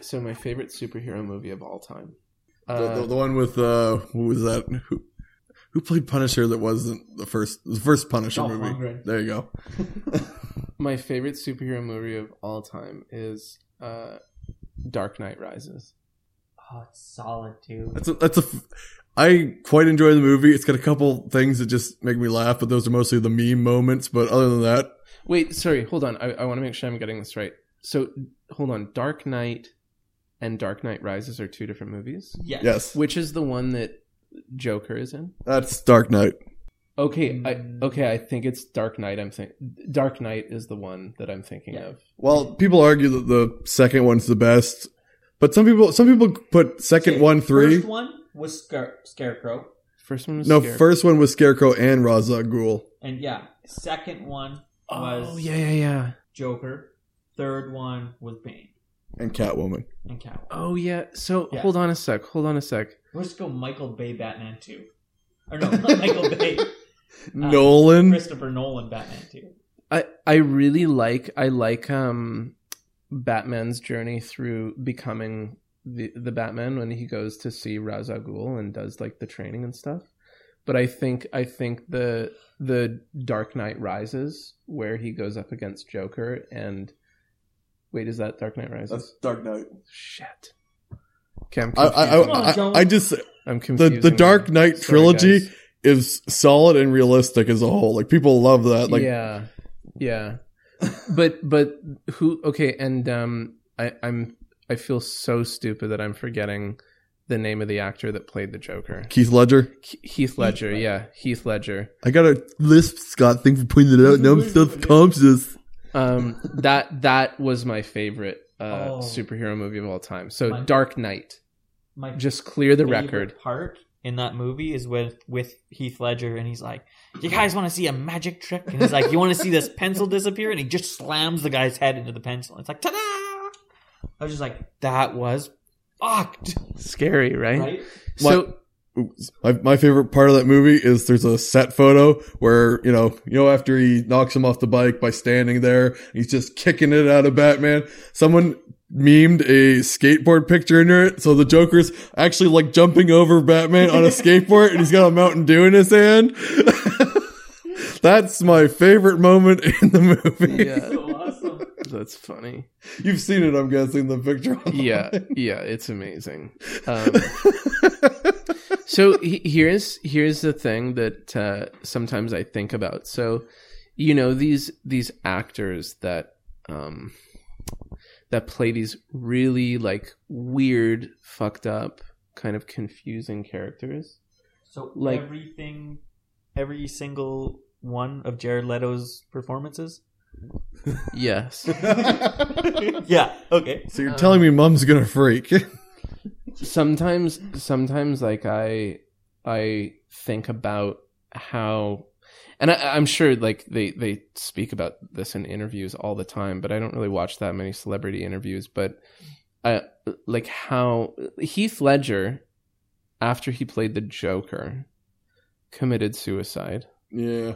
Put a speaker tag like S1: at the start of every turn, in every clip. S1: so my favorite superhero movie of all time.
S2: The, the,
S1: Uh,
S2: the one with uh, who was that? Who, who played Punisher? That wasn't the first the first Punisher
S1: Dolph
S2: movie.
S1: Lundgren.
S2: There you go.
S1: my favorite superhero movie of all time is uh, Dark Knight Rises.
S3: Oh, it's solid too.
S2: That's a, that's a. f- I quite enjoy the movie. It's got a couple things that just make me laugh, but those are mostly the meme moments. But other than that,
S1: Wait, sorry, hold on. I, I want to make sure I'm getting this right. So, hold on. Dark Knight and Dark Knight Rises are two different movies.
S3: Yes.
S2: yes,
S1: Which is the one that Joker is in?
S2: that's Dark Knight.
S1: Okay, I,
S3: Mm.
S1: okay. I think it's Dark Knight. I'm think Dark Knight is the one that I'm thinking
S3: Yeah.
S1: of.
S2: Well, people argue that the second one's the best, but some people some people put second
S3: Okay,
S2: one three.
S3: First one was Scar- Scarecrow,
S1: First one was
S2: no,
S1: Scarecrow.
S2: first one was Scarecrow and Ra's al Ghul.
S3: and yeah, second one
S1: Oh
S3: was
S1: yeah, yeah, yeah.
S3: Joker. Third one was Bane
S2: and Catwoman.
S3: and Catwoman.
S1: Oh yeah. So
S3: Yeah.
S1: hold on a sec. Hold on a sec.
S3: Let's go Michael Bay Batman two, or no, not Michael Bay,
S2: Nolan.
S3: Christopher Nolan Batman two.
S1: I I really like I like um Batman's journey through becoming the the Batman when he goes to see Ra's al Ghul and does like the training and stuff. But I think I think the the Dark Knight Rises where he goes up against Joker and wait is that Dark Knight Rises?
S2: Dark Knight.
S1: Shit. Okay, I'm
S2: I
S1: confused.
S2: I,
S3: Come on,
S2: I, I,
S3: Joel.
S2: I just
S1: am
S2: the,
S1: confused.
S2: the Dark Knight trilogy is solid and realistic as a whole. Like people love that. Uh, Like
S1: yeah, yeah. but but who? Okay, and um, I, I'm I feel so stupid that I'm forgetting the name of the actor that played the Joker.
S2: Keith Ledger.
S1: Ke- Heath Ledger,
S3: Ledger.
S1: yeah, Heath Ledger.
S2: I got a lisp Scott thing for pointing it out. Now I'm self conscious.
S1: Um, that that was my favorite uh,
S3: Oh.
S1: superhero movie of all time. So
S3: My-
S1: Dark Knight.
S3: My
S1: Just clear the
S3: favorite
S1: record.
S3: part in that movie is with with Heath Ledger, and he's like, "You guys want to see a magic trick?" And he's like, "You want to see this pencil disappear?" And he just slams the guy's head into the pencil. It's like, "Ta-da!" I was just like, "That was fucked."
S1: Scary, right?
S3: Right?
S1: So
S2: My, my favorite part of that movie is there's a set photo where you know you know after he knocks him off the bike by standing there he's just kicking it out of Batman. Someone memed a skateboard picture in it, so the Joker's actually like jumping over Batman on a skateboard, and he's got a Mountain Dew in his hand. That's my favorite moment in the movie.
S1: yeah,
S3: So awesome.
S1: that's funny.
S2: You've seen it, I'm guessing the picture.
S1: yeah yeah it's amazing um, so he- here's here's the thing that uh, sometimes i think about so you know these these actors that um that play these really like weird fucked up kind of confusing characters
S3: So
S1: Like-
S3: everything, every single one of Jared Leto's performances.
S1: yes
S3: Yeah. Okay.
S2: So you're telling me Mom's gonna freak?
S1: sometimes sometimes like i i think about how and I, i'm sure like they they speak about this in interviews all the time but i don't really watch that many celebrity interviews but i like how heath ledger after he played the joker committed suicide
S2: yeah.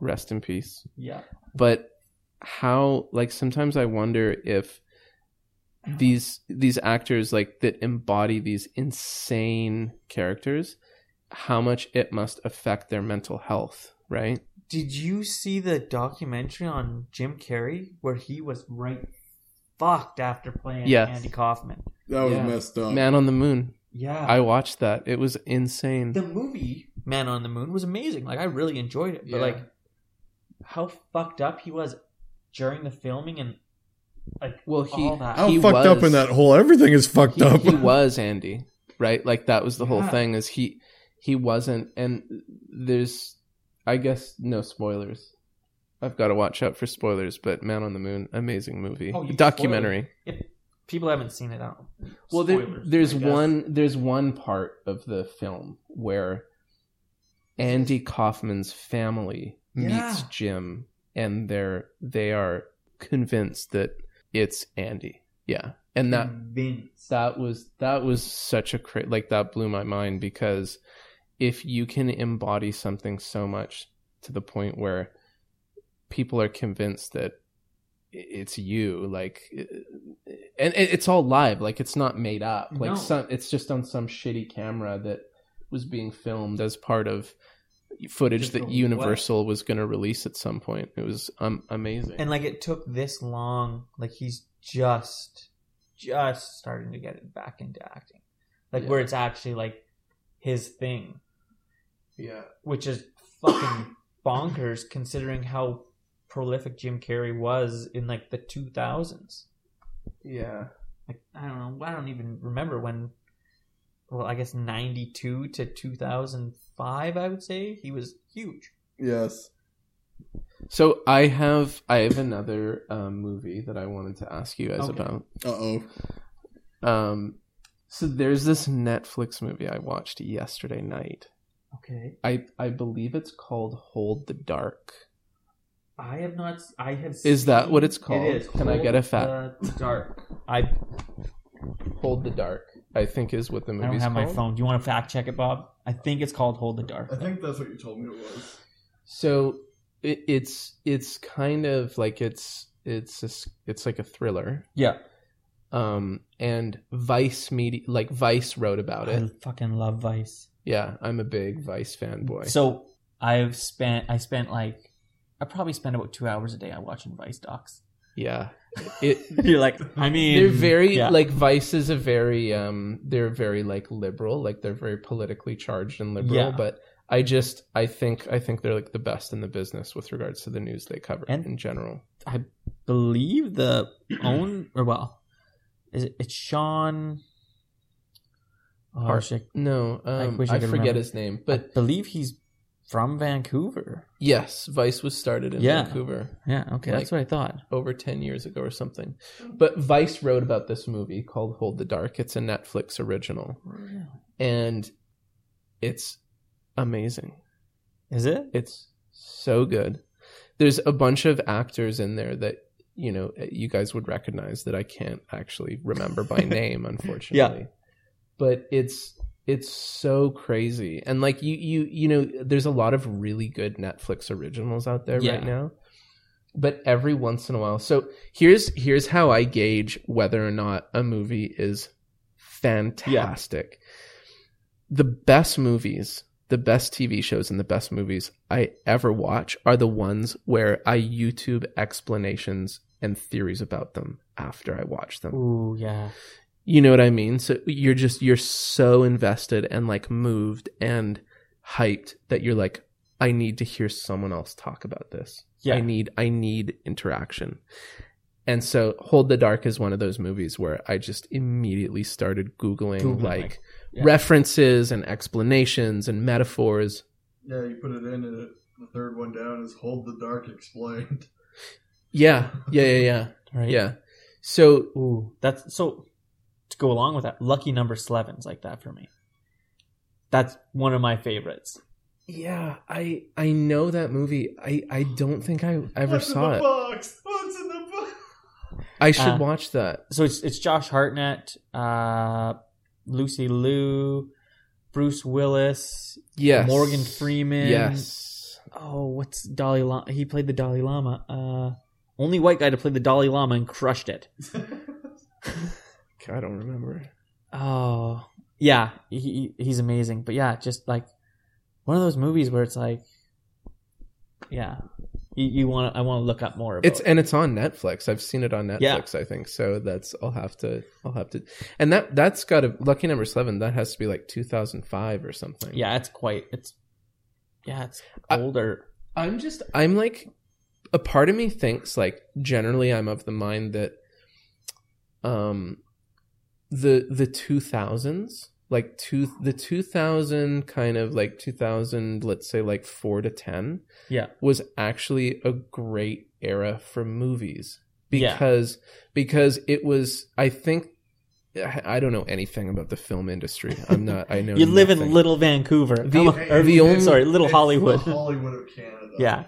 S1: rest in peace
S3: Yeah.
S1: but how like sometimes i wonder if these these actors like that embody these insane characters how much it must affect their mental health right
S3: Did you see the documentary on Jim Carrey where he was right fucked after playing
S1: Yes.
S3: Andy Kaufman?
S2: That was
S1: Yeah.
S2: messed up.
S1: man on the moon
S3: Yeah.
S1: i watched that it was insane
S3: the movie Man on the Moon was amazing. Like I really enjoyed it. But
S1: Yeah.
S3: like how fucked up he was during the filming and like
S1: well he
S3: all that.
S2: How
S1: he
S2: fucked up
S1: was-
S2: in that hole? Everything is fucked
S1: he,
S2: up.
S1: he was andy right like that was the whole
S3: Yeah.
S1: thing is he he wasn't and there's i guess no spoilers i've got to watch out for spoilers but man on the moon amazing movie
S3: Oh, you
S1: documentary
S3: if people haven't seen it out.
S1: well there, there's one there's one part of the film where andy kaufman's family meets
S3: Yeah.
S1: jim and they're they are convinced that it's andy yeah and that
S3: Vince.
S1: that was that was such a cra- like that blew my mind because if you can embody something so much to the point where people are convinced that it's you like and it- it's all live like it's not made up like
S3: No.
S1: some it's just on some shitty camera that was being filmed as part of footage
S3: Just
S1: that
S3: the-
S1: universal was going to release at some point it was um, amazing
S3: and like it took this long like he's just just starting to get it back into acting like
S1: Yeah.
S3: where it's actually like his thing
S1: yeah
S3: which is fucking bonkers considering how prolific jim carrey was in like the 2000s
S1: yeah
S3: like i don't know i don't even remember when well i guess 92 to 2005 i would say he was huge
S2: Yes.
S1: so i have i have another um, movie that i wanted to ask you guys
S3: Okay.
S1: about
S2: Uh oh.
S1: um so there's this netflix movie i watched yesterday night
S3: okay
S1: i i believe it's called hold the dark
S3: I have not. s- I have.
S1: Is that what it's
S3: seen-
S1: called?
S3: It is.
S1: Can I get a fat-
S3: the dark? I, I
S1: Hold the Dark, I think is what the movie's
S3: don't have
S1: called.
S3: my phone. Do you want to fact check it, Bob? I think it's called Hold the Dark.
S2: that's what you told me it was.
S1: So it, it's it's kind of like it's it's a s it's like a thriller.
S3: Yeah,
S1: Um and Vice media like Vice wrote about
S3: I
S1: it.
S3: fucking love Vice.
S1: Yeah, I'm a big Vice fanboy.
S3: So I've spent. I spent like. I probably spend about two hours a day on watching Vice docs.
S1: yeah. It
S3: You're like, I mean,
S1: they're very
S3: yeah.
S1: like Vice is a very um they're very like liberal, like they're very politically charged and liberal,
S3: Yeah.
S1: but I just I think I think they're like the best in the business with regards to the news they cover
S3: And-
S1: in general.
S3: believe the own or well, is it? It's Sean. Oh,
S1: Hart.
S3: shit.
S1: No, um,
S3: wish I
S1: I,
S3: could
S1: forget
S3: remember.
S1: his name,
S3: I
S1: but
S3: believe he's from Vancouver.
S1: Yes, Vice was started in
S3: Yeah.
S1: Vancouver
S3: Yeah. Okay, that's what I thought.
S1: over 10 years ago or something. But Vice wrote about this movie called Hold the Dark. It's a Netflix original and it's amazing.
S3: Is it?
S1: It's so good. There's a bunch of actors in there that, you know, you guys would recognize that I can't actually remember by name unfortunately. But it's it's so crazy. And like you you you know, there's a lot of really good Netflix originals out there
S3: Yeah.
S1: right now. But every once in a while. So here's here's how I gauge whether or not a movie is fantastic. The best movies, the best TV shows, and the best movies I ever watch are the ones where I YouTube explanations and theories about them after I watch them.
S3: Ooh, yeah.
S1: You know what I mean? So you're just, you're so invested and like moved and hyped that you're like, I need to hear someone else talk about this.
S3: Yeah.
S1: I need I need interaction. And so Hold the Dark is one of those movies where I just immediately started googling,
S3: Googling,
S1: like,
S3: like, yeah.
S1: references and explanations and metaphors.
S2: Yeah, you put it in, and it, the third one down is "Hold the Dark Explained."
S1: Yeah. Yeah, yeah, yeah.
S3: right?
S1: Yeah. So
S3: Ooh, that's so. To go along with that, lucky number eleven's like that for me. That's one of my favorites.
S1: yeah, I I know that movie. I I don't think I ever
S2: What's
S1: saw
S2: in the
S1: it.
S2: box? What's in the box?
S1: I should
S3: Uh,
S1: watch that.
S3: So it's it's Josh Hartnett, uh, Lucy Liu, Bruce Willis,
S1: Yes.
S3: Morgan Freeman.
S1: Yes.
S3: Oh, what's Dalai Lama? He played the Dalai Lama. Uh, only white guy to play the Dalai Lama and crushed it.
S1: God, I don't remember.
S3: Oh, yeah, he he's amazing. But yeah, just like one of those movies where it's like, yeah, you, you want I want to look up more. About
S1: It's
S3: it.
S1: and it's on Netflix. I've seen it on
S3: Yeah.
S1: Netflix. I think so. That's I'll have to. I'll have to. And that that's got a lucky number seven. That has to be like 2005 or something.
S3: yeah, it's quite it's yeah, it's
S1: I-
S3: older.
S1: I'm just. I'm like. A part of me thinks like generally I'm of the mind that, um, the the 2000s like two the 2000 kind of like 2000 let's say like four to ten
S3: yeah,
S1: was actually a great era for movies
S3: Yeah.
S1: because because it was I think I I don't know anything about the film industry. I'm not. I know
S3: you live in
S1: nothing.
S3: Little Vancouver.
S1: The-
S3: Come on,
S1: Hey,
S3: or
S1: the
S3: I'm
S1: only-
S3: sorry, Little
S2: It's
S3: Hollywood.
S2: the Hollywood of Canada.
S3: yeah,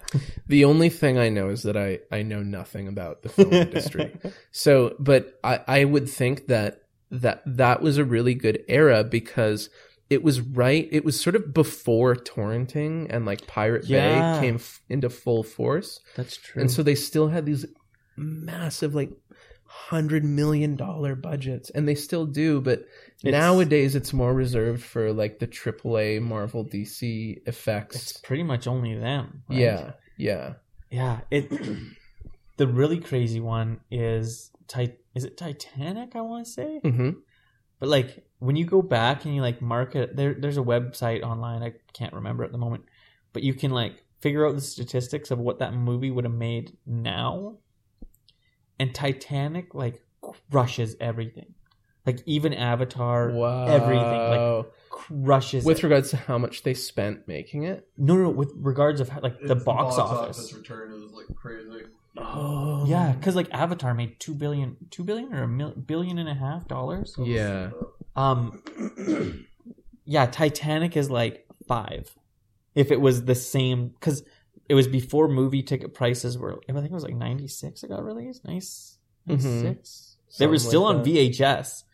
S1: The only thing I know is that I I know nothing about the film industry. So, but I I would think that that that was a really good era because it was right. It was sort of before torrenting and like Pirate
S3: Yeah.
S1: Bay came f- into full force.
S3: that's true.
S1: And so they still had these massive, like hundred million dollar budgets, and they still do. But
S3: It's-
S1: nowadays, it's more reserved for like the AAA Marvel DC
S3: It's
S1: effects.
S3: pretty much only them. right?
S1: Yeah, yeah.
S3: Yeah. It the really crazy one is Tit is it Titanic, I wanna say?
S1: hmm
S3: But like when you go back and you like mark it, there there's a website online I can't remember at the moment, but you can like figure out the statistics of what that movie would have made now. And Titanic like crushes everything, like even Avatar
S1: Wow.
S3: everything, crushes.
S1: with
S3: it.
S1: regards to how much they spent making it.
S3: no, no, with regards of how, like the box, office.
S2: return is like crazy.
S1: Oh,
S3: Yeah, because like Avatar made two billion, two billion or a mil- billion and a half dollars.
S1: Yeah.
S3: Um, yeah, Titanic is like five. If it was the same, because it was before movie ticket prices were. I think it was like ninety six. It got released. Nice,
S1: Mhm.
S3: They were
S1: Something
S3: still
S1: like
S3: on
S1: that.
S3: VHS.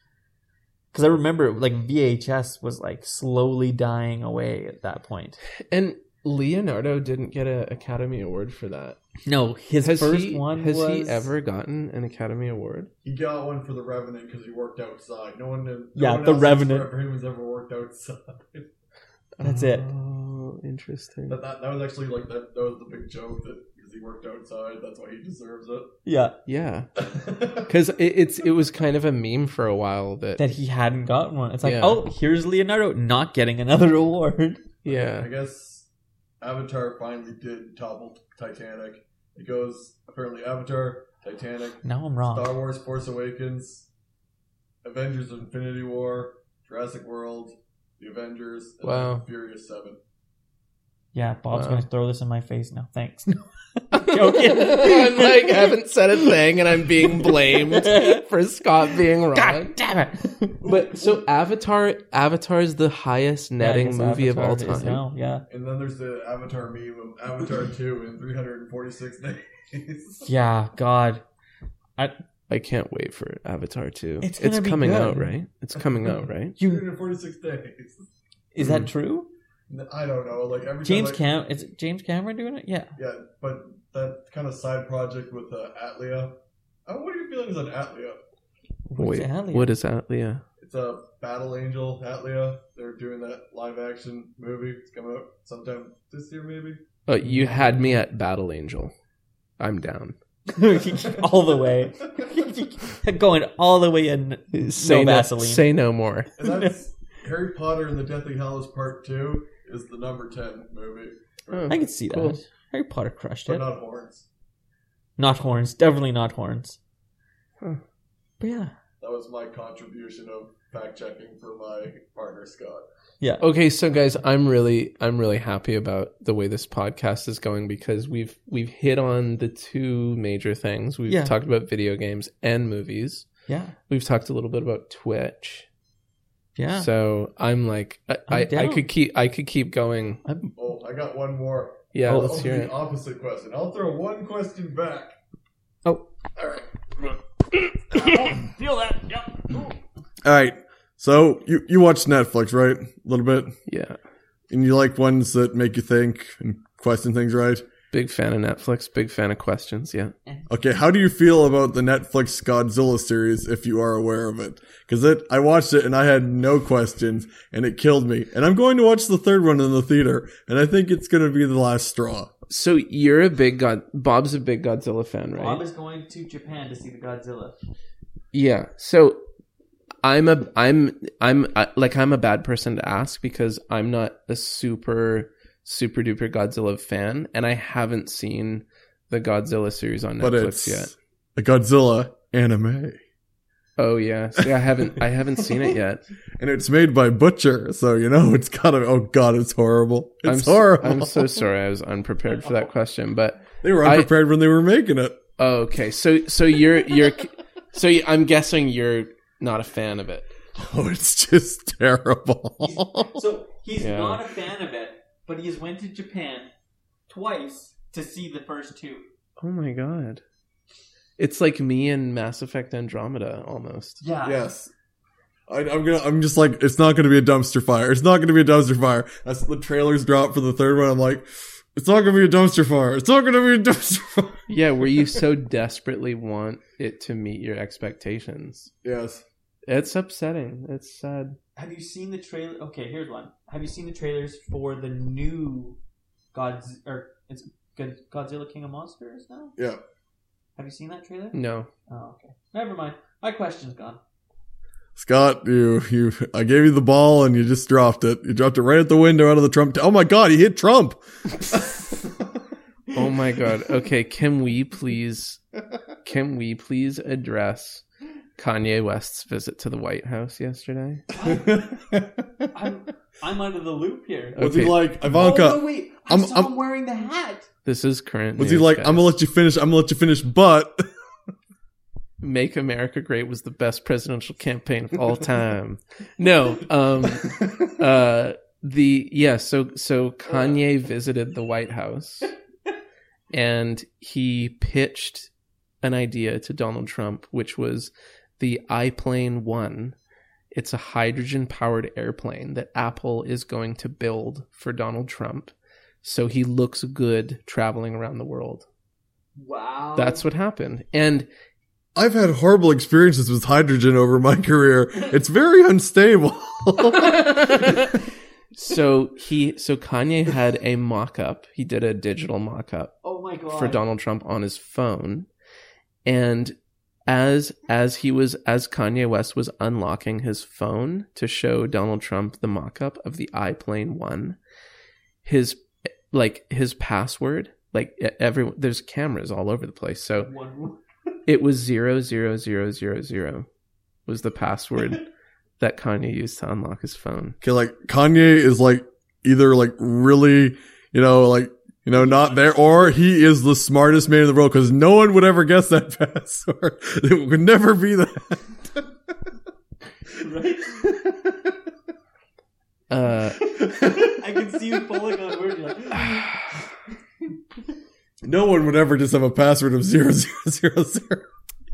S3: Because I remember, like VHS was like slowly dying away at that point.
S1: And Leonardo didn't get an Academy Award for that.
S3: No, his
S1: has
S3: first
S1: he,
S3: one
S1: has
S3: was
S1: he ever gotten an Academy Award?
S2: He got one for the Revenant because he worked outside. No one, no
S3: Yeah, one the else Revenant.
S2: Anyone's ever worked outside.
S3: That's it.
S1: Oh, interesting.
S2: That, that, that was actually like that. That was the big joke that because he worked outside, that's why he deserves
S3: Yeah,
S1: Yeah,
S2: it.
S1: because it, it's it was kind of a meme for a while that,
S3: that he hadn't gotten one. It's like,
S1: Yeah.
S3: oh, here's Leonardo not getting another award.
S2: I
S1: yeah
S2: guess Avatar finally did topple Titanic. It goes apparently Avatar, Titanic,
S3: Now I'm
S2: Star
S3: wrong.
S2: Wars: Force Awakens, Avengers: Infinity War, Jurassic World, The Avengers, and
S1: Wow.
S2: then Furious Seven.
S3: Yeah, Bob's
S1: Wow.
S3: gonna throw this in my face now. Thanks. joking.
S1: I'm like haven't said a thing and I'm being blamed for Scott being wrong.
S3: God damn it!
S1: But so Avatar Avatar is the highest netting
S3: Yeah, I guess
S1: movie
S3: Avatar
S1: of all
S3: is
S1: time.
S3: now, yeah,
S2: And then there's the Avatar meme of Avatar Two in 346 days.
S3: yeah. God,
S1: I can't wait for Avatar 2.
S3: It's
S1: It's,
S3: gonna be
S1: coming
S3: good.
S1: out, right? It's coming out, right?
S3: you
S2: 346 days.
S3: is
S1: Mm.
S3: that true?
S2: I don't know. Like every
S3: James
S2: time I-
S3: Cam is it James Cameron doing it? Yeah.
S2: Yeah, but that kind of side project with uh, Atlia. Uh, what are your feelings on Atlia?
S3: What's
S1: Wait,
S3: Atlia?
S1: what is Atlia?
S2: It's a battle angel, Atlia. They're doing that live action movie. It's coming out sometime this year, maybe.
S1: Oh, you had me at Battle Angel. I'm down.
S3: all the way, going all the way in.
S1: Say
S3: Vaseline.
S1: say no more.
S2: And that's Harry Potter and the Deathly Hallows Part 2 is the number 10 movie.
S1: Oh,
S3: I can see that.
S1: Cool.
S3: Harry Potter crushed
S2: But
S3: it.
S2: not horns.
S3: Not horns, definitely not horns.
S1: Huh.
S3: But yeah,
S2: That was my contribution of fact checking for my partner, Scott.
S1: Okay, so guys, I'm really I'm really happy about the way this podcast is going because we've we've hit on the two major things. We've
S3: Yeah.
S1: talked about video games and movies.
S3: yeah,
S1: We've talked a little bit about Twitch.
S3: yeah.
S1: So I'm like I, I, I
S3: down.
S1: could keep I could keep going.
S2: Oh, I got one more.
S1: Yeah,
S3: Oh,
S2: I'll
S1: let's
S2: do
S1: hear
S2: the
S1: it.
S2: opposite question. I'll throw one question back.
S3: Oh.
S2: All right.
S3: Feel that? Yep.
S2: All right. So you you watch Netflix, right? A little bit,
S1: Yeah.
S2: and you like ones that make you think and question things, right?
S1: Big fan of Netflix, big fan of questions, yeah.
S2: Okay, how do you feel about the Netflix Godzilla series if you are aware of it? Cuz it I watched it and I had no questions and it killed me. And I'm going to watch the third one in the theater and I think it's going to be the last straw.
S1: So you're a big God Bob's a big Godzilla fan, right?
S3: Bob is going to Japan to see the Godzilla.
S1: Yeah. So I'm a I'm I'm uh, like I'm a bad person to ask because I'm not a super super duper Godzilla fan and I haven't seen the Godzilla series on
S2: But
S1: Netflix
S2: it's
S1: yet.
S2: a Godzilla anime.
S1: Oh yeah. See, I haven't I haven't seen it yet.
S2: And it's made by Butcher, so you know it's got to oh god, it's horrible.
S1: I'm
S2: It's
S1: so-
S2: horrible.
S1: I'm so sorry I was unprepared for that question, but
S2: they were
S1: I-
S2: unprepared when they were making it.
S1: oh, okay. So so you're you're so you- I'm guessing you're not a fan of it.
S2: Oh, it's just terrible.
S3: So he's
S1: Yeah.
S3: not a fan of it, but he has went to Japan twice to see the first two.
S1: Oh my god. It's like me and Mass Effect Andromeda almost.
S3: Yeah.
S2: yes. I, I'm gonna. I'm just like it's not gonna be a dumpster fire. It's not gonna be a dumpster fire. That's the trailers drop for the third one. I'm like, It's not gonna be a dumpster fire. It's not gonna be a dumpster fire.
S1: Yeah, where you so desperately want it to meet your expectations.
S2: Yes.
S1: It's upsetting. It's sad.
S3: Have you seen the trailer? Okay, here's one. Have you seen the trailers for the new Godz or it's God- Godzilla King of Monsters now?
S2: Yeah.
S3: Have you seen that trailer?
S1: No.
S3: Oh, okay. Never mind. My question's gone.
S2: Scott, you you I gave you the ball and you just dropped it. You dropped it right at the window out of the Trump. T- oh my god, he hit Trump.
S1: Oh my god. Okay, can we please can we please address Kanye West's visit to the White House yesterday?
S3: I'm, I'm, I'm out of the loop here.
S2: Was
S1: Okay.
S2: he like
S3: Oh,
S2: Ivanka?
S3: no, wait. I
S2: I'm-
S3: saw
S2: I'm-
S3: him wearing the hat.
S1: This is current.
S2: was he
S1: news,
S2: like,
S1: guys.
S2: I'm gonna let you finish, I'm gonna let you finish, but
S1: Make America Great was the best presidential campaign of all time. no, um uh the yeah, so so Kanye visited the White House and he pitched an idea to Donald Trump which was the iPlane 1. It's a hydrogen powered airplane that Apple is going to build for Donald Trump so he looks good traveling around the world.
S3: Wow.
S1: That's what happened. And
S2: I've had horrible experiences with hydrogen over my career. It's very unstable.
S1: so he so Kanye had a mock-up. He did a digital mock-up
S3: Oh my god.
S1: for Donald Trump on his phone. And as as he was as Kanye West was unlocking his phone to show Donald Trump the mock-up of the iPlane 1, his like his password, like e- everyone there's cameras all over the place. So
S3: One-
S1: it was zero zero zero zero zero was the password that Kanye used to unlock his phone.
S2: Okay, like Kanye is like either like really, you know, like you know, not there, or he is the smartest man in the world because no one would ever guess that password. It would never be that.
S3: right?
S1: Uh,
S3: I can see you pulling on words. You're like,
S2: No one would ever just have a password of zero zero zero zero.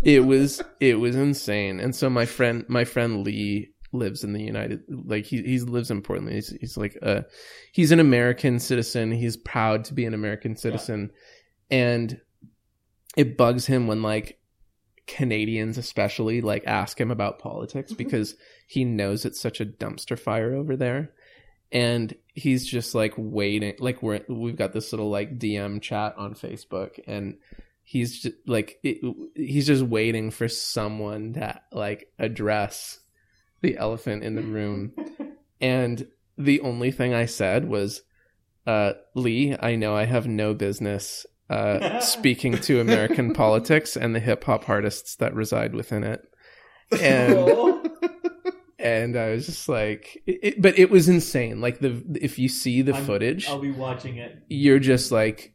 S1: it was it was insane. And so my friend my friend Lee lives in the United like he he lives in Portland. He's he's like a he's an American citizen. He's proud to be an American citizen, and it bugs him when like Canadians especially like ask him about politics because he knows it's such a dumpster fire over there. And he's just like waiting, like we're we've got this little like DM chat on Facebook, and he's just like it, he's just waiting for someone to like address the elephant in the room and the only thing i said was uh lee i know i have no business uh speaking to american politics and the hip hop artists that reside within it and
S3: "Oh."
S1: and i was just like it, it- but it was insane like the if you see the
S3: I'm-
S1: footage
S3: I'll be watching it.
S1: you're just like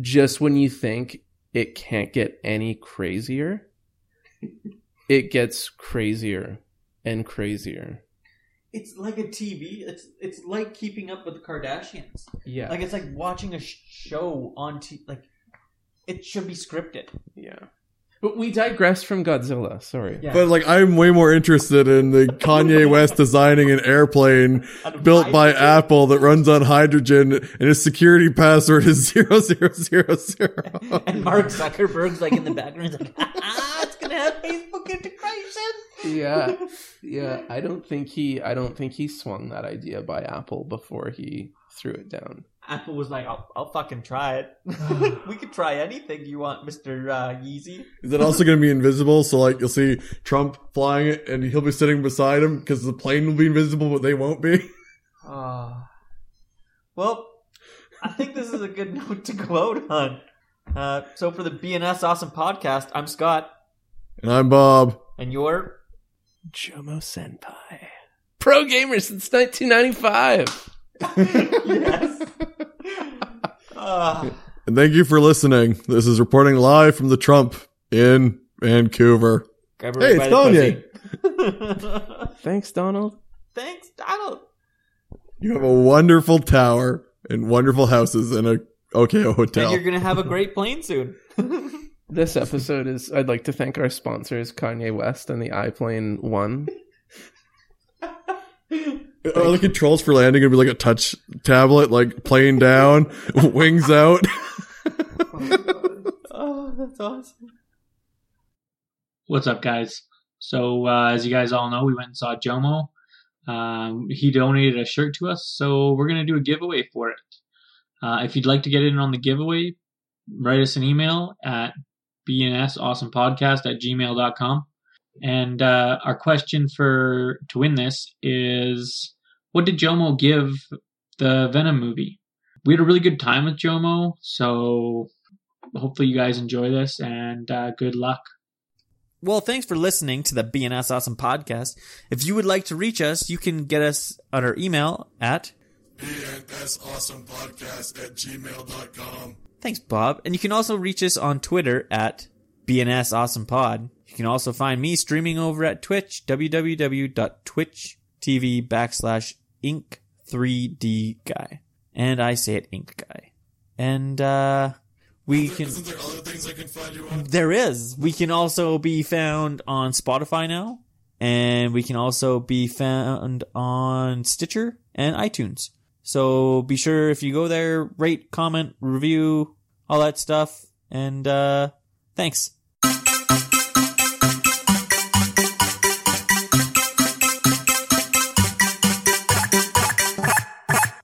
S1: just when you think it can't get any crazier it gets crazier and crazier
S3: It's like a TV. It's it's like keeping up with the Kardashians.
S1: yeah
S3: Like it's like watching a sh- show on T. Like it should be scripted.
S1: yeah but we digress from godzilla sorry
S3: Yeah.
S2: But like, I'm way more interested in the Kanye West designing an airplane built by Apple that runs on hydrogen, and his security password is zero zero zero zero.
S3: And Mark Zuckerberg's like in the background, he's like, ah, it's gonna have Facebook integration.
S1: yeah yeah i don't think he i don't think he swung that idea by apple before he threw it down
S3: Apple was like, I'll, I'll fucking try it. we could try anything you want, Mister uh, Yeezy.
S2: Is it also going to be invisible? So like you'll see Trump flying it, and he'll be sitting beside him because the plane will be invisible, but they won't be.
S3: Ah. well, I think this is a good note to go out on. Uh, so for the BNS Awesome Podcast, I'm Scott,
S2: And I'm Bob.
S3: and you're
S1: jomo senpai pro gamer since 1995
S3: yes. Ah.
S2: And thank you for listening. This is reporting live from the Trump in Vancouver.
S3: grab
S2: Hey, it's Kanye.
S3: Kanye.
S1: thanks donald
S3: Thanks, Donald.
S2: You have a wonderful tower and wonderful houses and a okay a
S3: And
S2: hotel.
S3: you're gonna have a great plane soon.
S1: This episode is. I'd like to thank our sponsors, Kanye West and the iPlane One.
S2: Are the controls for landing gonna be like a touch tablet, like plane down, wings out?
S3: Oh, that's awesome.
S4: What's up, guys? So, uh, as you guys all know, we went and saw Jomo. Um, he donated a shirt to us, so we're going to do a giveaway for it. Uh, if you'd like to get in on the giveaway, write us an email at bnsawesomepodcast at gmail.com. And uh, our question for to win this is what did Jomo give the Venom movie? We had a really good time with Jomo, so hopefully you guys enjoy this and uh, good luck.
S3: Well, thanks for listening to the BNS Awesome podcast. If you would like to reach us, you can get us on our email at
S2: Podcast at gmail.com.
S3: Thanks, Bob. And you can also reach us on Twitter at BNS Awesome Pod. You can also find me streaming over at Twitch, www.twitch.tv backslash Inc3D Guy. And I say it Inc Guy. And, uh, we can,
S2: there other things I can find you on?
S3: there is. We can also be found on Spotify now. And we can also be found on Stitcher and iTunes. So be sure if you go there, rate, comment, review, all that stuff. And, uh, thanks.